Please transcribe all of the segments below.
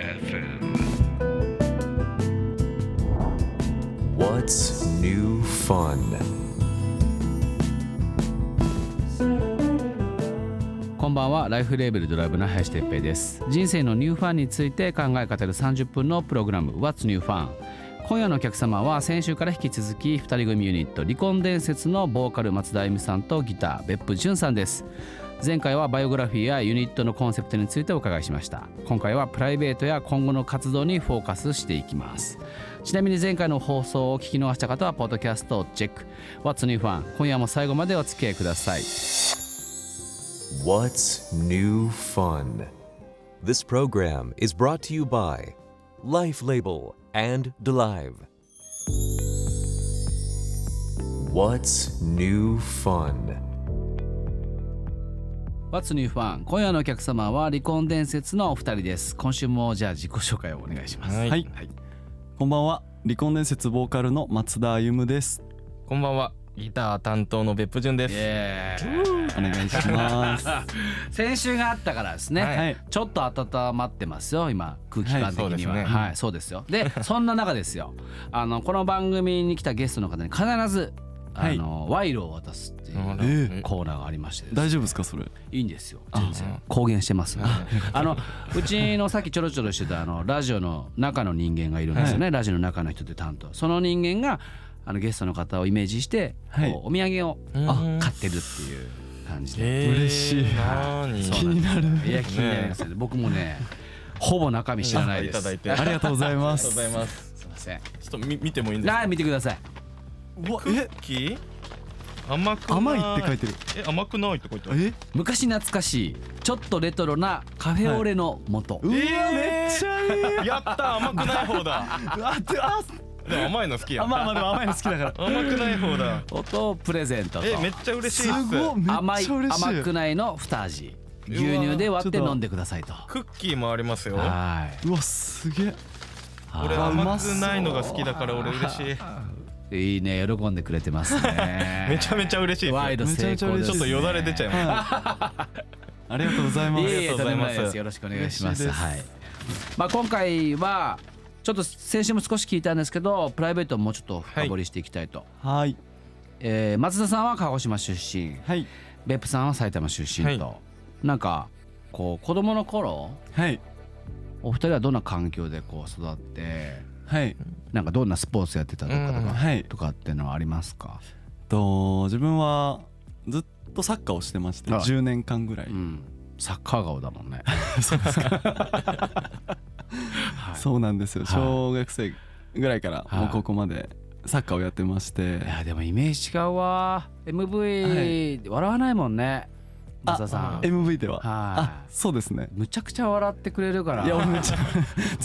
FM. What's new fun? こんばんはライフレーベルドライブの林哲平です人生のニューファンについて考え語る30分のプログラム What's New Fun 今夜のお客様は先週から引き続き2人組ユニット離婚伝説のボーカル松田由美さんとギター別府淳さんです前回はバイオグラフィーやユニットのコンセプトについてお伺いしました今回はプライベートや今後の活動にフォーカスしていきますちなみに前回の放送を聞き逃した方はポッドキャストをチェック What's New Fun 今夜も最後までお付き合いください What's new fun? This program is brought to you by Life Label and Delive. What's new fun? What's New Fun 今夜のお客様は離婚伝説のお二人です今週もじゃあ自己紹介をお願いしますはいこんばんは離婚伝説ボーカルの松田歩夢ですこんばんは。ギター担当の別府潤です。えお願いしますはー 先週があったからですね、いちょっと温まってますよ今空気感的には、はいはいそうですよでそんな中ですよあのこの番組に来たゲストの方に必ずあの、賄賂を渡すっていあらうえコーナーがありましてですね大丈夫ですかそれいいんですよ全然公言してますあのうちのさっきちょろちょろしてたあのラジオの中の人間がいるんですよね、ラジオの中の人って担当その人間があのゲストの方をイメージして、はいこうお土産をうん買ってるっていう感じで、えー嬉しいなーにそう気になるいや気になりますよね僕もねほぼ中身知らないですただいて。ありがとうございまありがとうすございます。すいませんちょっとみ見てもいいんですか。はい見てくださいわえキー甘くない。甘いって書いてるえ甘くないって書いてある。え昔懐かしいちょっとレトロなカフェオレの元、うわえーめっちゃいいうやった甘くない方 だ。わってあでも甘いの好きやあ。まあまあでも甘いの好きだから甘くない方だ。音をプレゼントとえめっちゃ嬉しすいっす。ごいめっ甘いちゃ嬉しい甘くないの2味うわ牛乳で割ってちょっと飲んでくださいとクッキーもありますよ。はいうわすげえ俺あーう甘まくそうないのが好きだから俺嬉しい。いいね喜んでくれてます ねめちゃめちゃ嬉しいっす。ワイド成功ですちょっとよだれ出ちゃいまはいありがとうございますいえいえありがとうございとんでもますないですよろしくお願いしま嬉しすいですはいまあ今回はちょっと先週も少し聞いたんですけどプライベートをもうちょっと深掘りしていきたいと、はいえー松田さんは鹿児島出身はい別府さんは埼玉出身と、はなんかこう子供の頃はいお二人はどんな環境でこう育ってはいなんかどんなスポーツやってたとかとか、うんはいとかっていうのはありますか、と自分はずっとサッカーをしてましてはい10年間ぐらいうん、サッカー顔だもん ねそうなんですよはい小学生ぐらいからはいもうここまでサッカーをやってましていやでもイメージ違うわ MV、笑わないもんねあ松田さん MV ではあはそうですねいむちゃくちゃ笑ってくれるからいや俺めっちゃず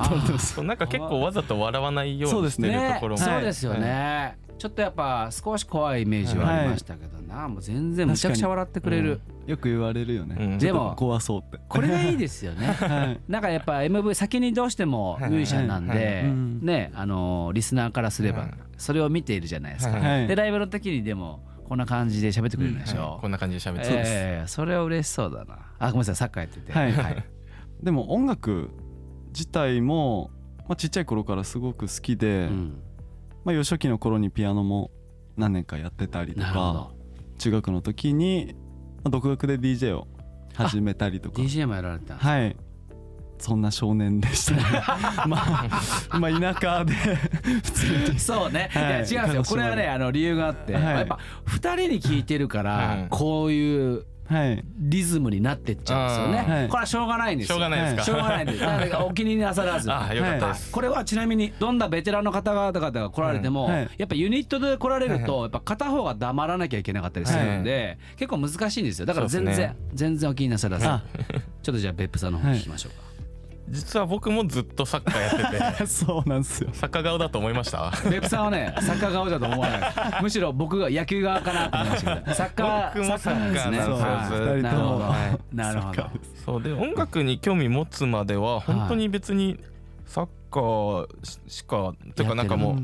っと笑ってますす。そうなんか結構わざと笑わないようそうでにすしてるねところも。そうですよね、ちょっとやっぱ少し怖いイメージはありましたけどな、もう全然むちゃくちゃ笑ってくれる、確 よく言われるようねんでも怖そうってこれがいいです よねはいなんかやっぱ MV 先にどうしてもミュージシャンなんで、はいはいはいうんねあのーリスナーからすればはいそれを見ているじゃないですか、はい はいでライブの時にでもこんな感じで喋ってくれるでしはょ、いこんな感じで喋ってます。ええそれは嬉しそうだなあごめんなさいサッカーやっててはいでも音楽自体もまあちっちゃい頃からすごく好きうでん、まあ幼少期の頃にピアノも何年かやってたりとなるほかど中学の時にまあ独学で DJ を始めたりとか DJ もやられてたんですねはいそんな少年でした ねまあまあ田舎で普通にそうね、はいい、や違うんですよ鹿児島これはねあの理由があって、はいやっぱ2人に聞いてるから、はいこういうはい リズムになってっちゃうんですよね、はいこれはしょうがないんですしょようがないですしょうか。がないんですなんかお気になさらずああよかったです。これはちなみにどんなベテランの方々が来られても、うんはいやっぱユニットで来られるとやっぱ片方が黙らなきゃいけなかったりするんで、結構難しいんですよだから全然、そうですね全然お気になさらずちょっあとじゃあ別府さんの方聞きましょうか、実は僕もずっとサッカーやって てそうなんですよサッカー顔だと思いました別府さんはねサッカー顔だと思わないむしろ僕が野球側かなと思いましたけどサッカー僕もサッカーですねなんですよはずっいとなるほど、はいなるほどそうで音楽に興味持つまでは本当に別にサッカーししかていうかなんかもう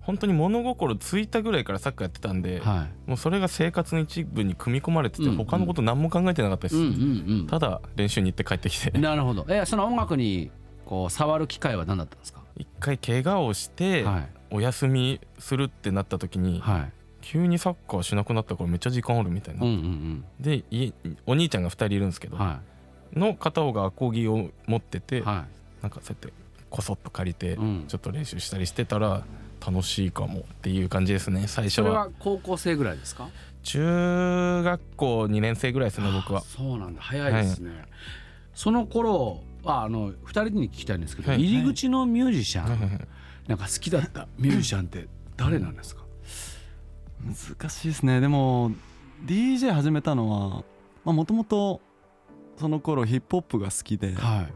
本当に物心ついたぐらいからサッカーやってたんで、はもうそれが生活の一部に組み込まれててうん他のこと何も考えてなかったでいす、うんうんただ練習に行って帰ってきてうんなるほどえその音楽にこう触る機会は何だったんですか、一回怪我をしてはいお休みするってなった時にはい急にサッカーしなくなったからめっちゃ時間あるみたいうんうなんでいお兄ちゃんが2人いるんですけうどんはの片方がアコギを持っていてはなんかそうやってこそっと借りてい、うん、ちょっと練習したりしてたら楽しいかもっていう感じですね最初それはは高校生ぐらいですか中学校2年生ぐらいですね僕あはそうなんだ早いですね、その頃ああの2人に聞きたいんですけど、はい入り口のミュージシャン、はいはいはいなんか好きだったミュージシャンって誰なんですか、難しいですねでも DJ 始めたのはもともとその頃ヒップホップが好きではい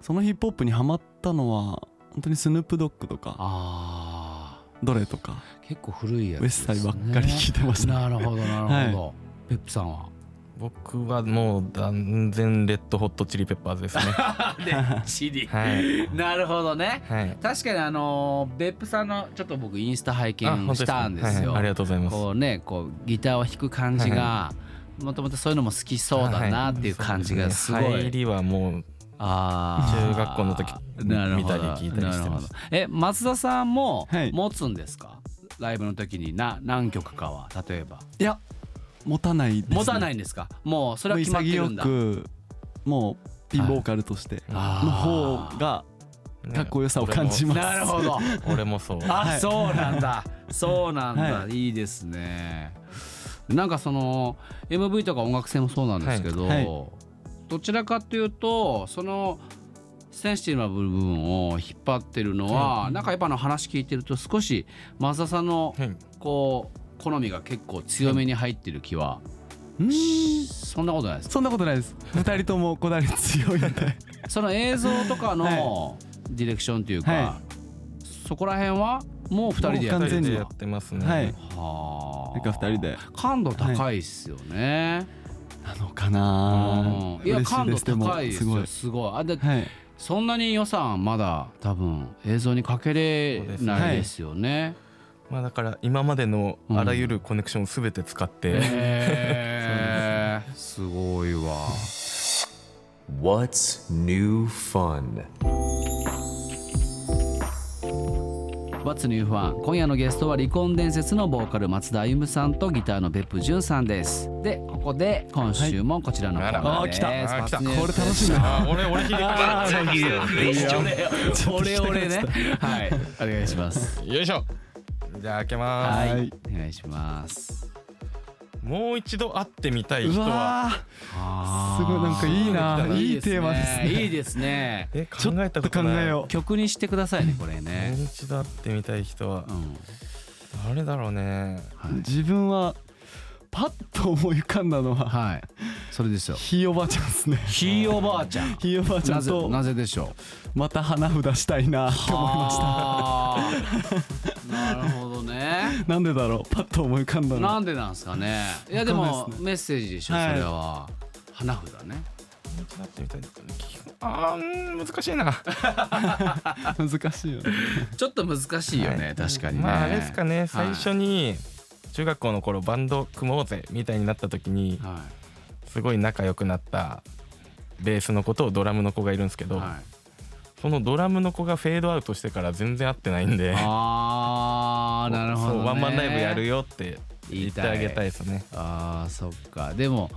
そのヒップホップにハマったのは本当にスヌープドッグとかあどれとかー結構古いやウつェです、ッサね、イばっかり聞いてました、なるほどなるほど、はペップさんは 僕はもう断然レッドホットチリペッパーズ ですねチリはいなるほどねはい確かにあの別府さんのちょっと僕インスタ拝見したんですよはい、ありがとうございますこうねこうギターを弾く感じがもともとそういうのも好きそうだなっていう感じがすごい、はい入りはもうあー中学校の時なるほ見どたり聞いたりしてましたなるほどえ松田さんもはい持つんですか、ライブの時にな何曲かは例えばいや持たないです、ね、持たないいんですかもうそれは決まってるんだもう潔くもうピンボーカルとしてのあー方がねかっこよさを感じます、なるほど俺もそうあ、はいそうなんだそうなんだ、、はいいですねなんかその MV とか音楽性もそうなんですけど、はいはいどちらかというとそのセンシティブな部分を引っ張ってるのは、なんかやっぱあの話聞いてると少し増田さんのはいこう好みが結構強めに入ってる気は、うーんそんなことないですかそんなことないです2人ともこだわり強いんでその映像とかのディレクションというか、はそこら辺はもう2人でやっ完てる全に二人でやってますね、はいはあなんか2人で感度高いっすよね、なのかなうんいや嬉しい感度ですでも高いですすごよいすごいあではいそんなに予算まだ多分映像にかけれないですよねまあだから今までのあらゆるコネクションを全て使って、へえすごいわ What's new fun? What's New Fun 今夜のゲストは離婚伝説のボーカル松田歩夢さんとギターの別府潤さんですでここで今週もこちらのコーナーです、あらあ来たあ来た What's New これ Fun 楽しみだあ俺俺聞いてくれ俺俺ねはいお願いしますよいしょじゃあ開けます、はいお願いしますもう一度会ってみたいう人はわーすすごいなんかいいないいテーマですねいいですねえ考えたちょこっとと考ないえよ曲にしてくださいねこれねもう一度会ってみたい人はうん誰だろうねう自分はパッと思い浮かんだのははいそれですよひいおばあちゃんです ねひいおばあちゃんひいおばあちゃなんぜとなぜでしょうまた花札したいなって思いましたあーなるほどねなんでだろうパッと思い浮かんだなのんでなんですかねいやでもわかんないですメッセージでしょそはいれは花札ねもう一度会ってみたい人あーうん難しいな難しいよねちょっと難しいよね確かにねまああれですかね最は初に中学校の頃バンド組もうぜみたいになった時にいはすごい仲良くなったベースの子とドラムの子がいるんですけいど、はいそのドラムの子がフェードアウトしてから全然会ってないんであーなるほどそねうワンマンライブやるよって言ってあげたいですねあーそっかでも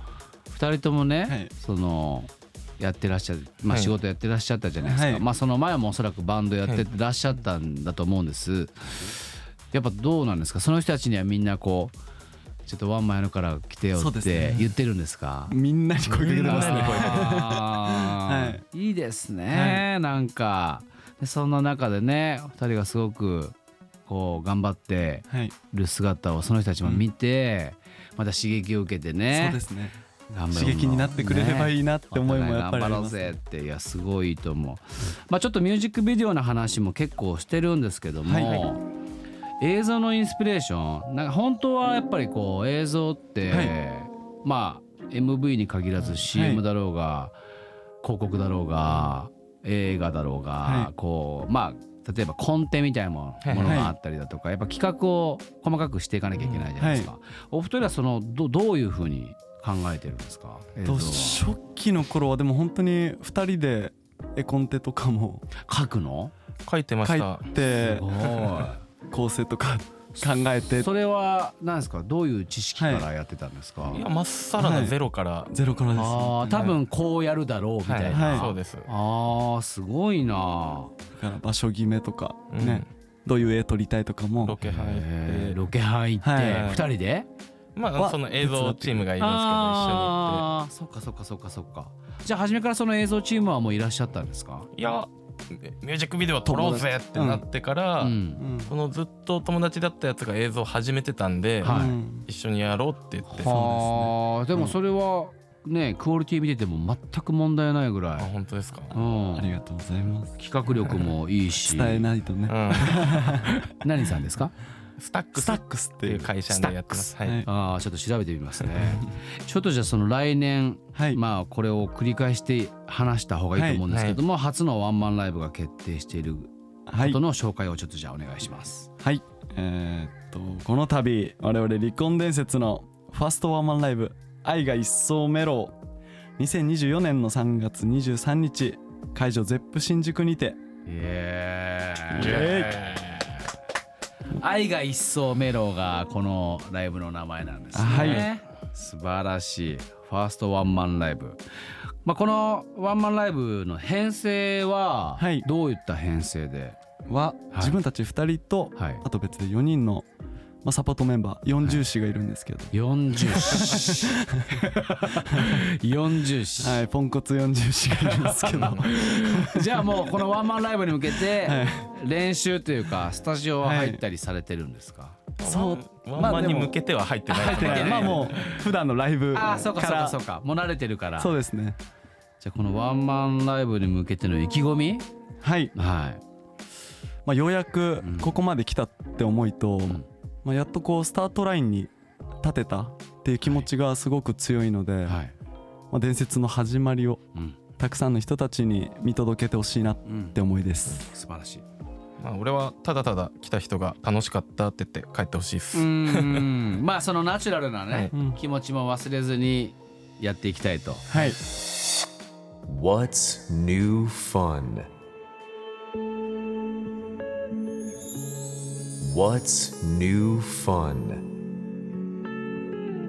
2人ともね、はいそのやってらっしゃる、まあ、はい仕事やってらっしゃったじゃないですか、はいまあその前もおそらくバンドやってらっしゃったんだと思うんです、やっぱどうなんですかその人たちにはみんなこうちょっとワンマンやるから来てよそうっですてね言ってるんですかみんなに声かけてますねあーはいいいですね、なんかでそんな中でねお二人がすごくこう頑張ってはいる姿をその人たちも見て、また刺激を受けてねそうですね頑張ろう刺激になってくれればねいいなって思いもやっぱりあお互い頑張りろまうすぜっていやすごいと思う、まあ、ちょっとミュージックビデオの話も結構してるんですけども、はいは映像のインスピレーションなんか本当はやっぱりこう映像って、はいまあ MV に限らず CM だろうが、広告だろうが映画だろうが、はいこうまあ例えばコンテみたいなもはいものがあったりだとか、やっぱ企画を細かくしていかなきゃいけないじゃないですか、お二人はそのどどういうふうに考えてるんですか映像とは初期の頃はでも本当に2人で絵コンテとかも書くの書いてま書しいたてお構成とか考えいてそれは何ですかどういう知識からやってたんですか、いやまっさらなゼロから、ゼロからですああ多分こうやるだろうみたはいな、いはいそうです、ああすごいなだから場所決めとかうんね、どういう絵撮りたいとかもロケ入っへーてロケ入ってはい2人でまあはその映像チームがいるんですけど一緒に行ってああそっかそっかそっかそっかじゃあ初めからその映像チームはもういらっしゃったんですかいやミュージックビデオ撮ろうぜってなってから、うんうんそのずっと友達だったやつが映像始めてたんで、はいうん一緒にやろうって言ってはあでもうんそれはねクオリティ見てても全く問題ないぐあらい、本当ですか、うありん、がとうございます企画力もいいし伝えないとねう何さんですかん、スタックススタっックスってていいうう会社でやってます、はいはいああちょっと調べてみますね ちょっとじゃあその来年はいまあこれを繰り返して話した方がいいと思うんですけども、初のワンマンライブが決定しているこはいとの紹介をちょっとじゃあお願いします。はい、えーっとこの度我々離婚伝説のファーストワンマンライブ「愛が一層メロウ」2024年の3月23日会場ゼップ新宿にてえイエ愛が一層メロウがこのライブの名前なんですね。はい素晴らしいファーストワンマンライブ。まあこのワンマンライブの編成ははいどういった編成で、は自分たち2人と、はいあと別で4人の、まあ、サポートメンバー40士がいるんですけど、 40紙40紙はいポンコツ40士がいるんですけど じゃあもうこのワンマンライブに向けてはい練習というかスタジオは入ったりされてるんですか、 そうワンマンにまあでも向けては入ってない入ってないはいまあもう普段のライブああそうかそうからかそうかもう慣れてるからそうですねじゃあこのワンマンライブに向けての意気込みはいはいまあ、ようやくうんここまで来たって思いと、んまあ、やっとこうスタートラインに立てたっていう気持ちがすごく強いので、はい、まあ、伝説の始まりをうんたくさんの人たちに見届けてほしいなっうんて、思いです。素晴らしいまあ俺はただただ来た人が楽しかったって言って帰ってほしいです、うーん まあそのナチュラルなね、はい気持ちも忘れずにやっていきたいとはい、 What's new fun? What's new fun?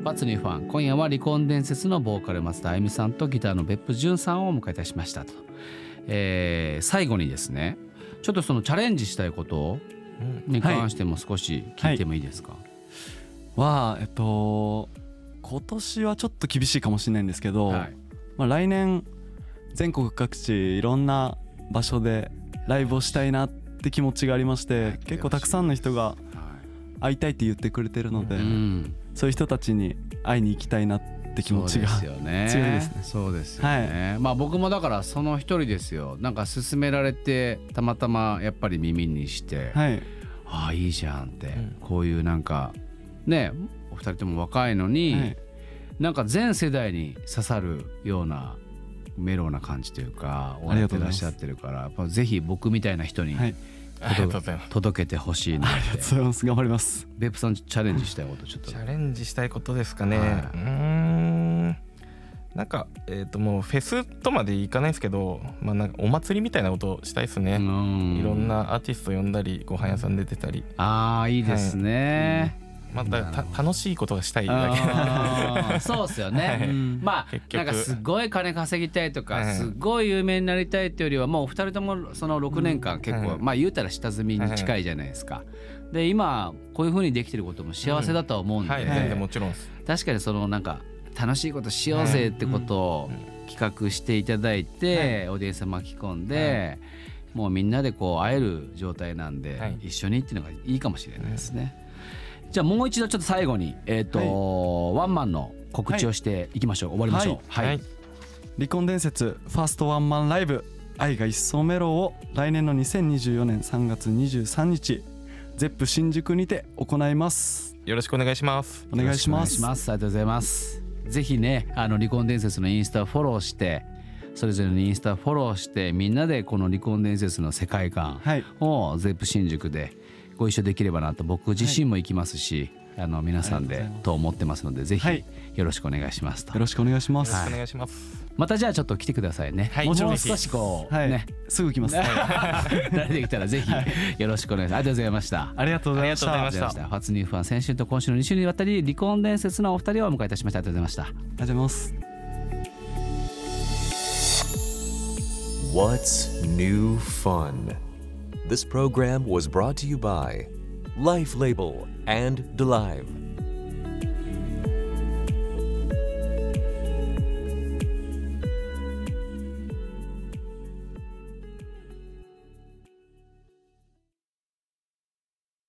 バツニューファン今夜は離婚伝説のボーカル松田あゆみさんとギターの別府潤さんをお迎えいたしましたと、えー最後にですねちょっとそのチャレンジしたいことうんに関しても少し聞いてもいいですか、はえっと今年はちょっと厳しいかもしれないんですけど、はいまあ、来年全国各地いろんな場所でライブをしたいなって気持ちがありまして、はい結構たくさんの人がは会いたいって言ってくれてるので。いうん、そういう人たちに会いに行きたいなって気持ちが。そうですよね強いですねそうですよね、まあ僕もだからその一人ですよなんか勧められてたまたまやっぱり耳にして、はい、ああいいじゃんって、んこういうなんかねお二人とも若いのに、はいなんか全世代に刺さるようなメロウな感じというかおありやってがとうごらっざいますしゃってるからやっぱぜひ僕みたいな人にはいありがとうございます届けてほしいなってそうます。頑張ります。ベップさんチャレンジしたいことちょっとチャレンジしたいことですかね、はいうーんなんかえっ、ともうフェスとまでいかないですけど、まあ、なんかお祭りみたいなことをしたいですね、うんいろんなアーティスト呼んだりご飯屋さんで出たりああいいですね、まあだなるほどた楽しいことがしたいだけあーそうっすよ ね、はいうんまあ結局なんかすごい金稼ぎたいとか、はいすごい有名になりたいっていうよりはもうお二人ともその6年間結構、はいまあ言うたら下積みに近いじゃないですか。で今こういうふうにできてることも幸せだとは思うんで、はい全然もちろんです確かにそのなんか楽しいことしようぜってことを企画していただいて、オーディエンス巻き込んで、もうみんなでこう会える状態なんで、はい一緒にっていうのがいいかもしれないですね。じゃあもう一度ちょっと最後に、えーとワンマンの告知をしていきましょう、終わりましょう。はいはい離婚伝説ファーストワンマンライブ愛が一層メロウを来年の2024年3月23日ゼップ新宿にて行います。よろしくお願いしますお願いします。よろくお願いしますありがとうございます。ぜひね、あの離婚伝説のインスタフォローして、それぞれのインスタフォローして、みんなでこの離婚伝説の世界観はいをゼップ新宿でご一緒できればなと僕自身も行きますし、あの皆さんありでがとうございますと思ってますのでぜはいひよろしくお願いしますと、よろしくお願いします、ろしくお願いします。またじゃあちょっと来てくださいね、はいももうちろんぜひ少しこう、はい、ねすぐ来ま す、慣れてきたらぜひよろしくお願いしますありがとうございましたありがとうございましありたがとうございましたファツニューファン先週と今週の2週にわたり離婚伝説のお二人をお迎えいたしましたありがとうございましたありがとうございます What's New Fun? This program was brought to you by Life Label and DeLive.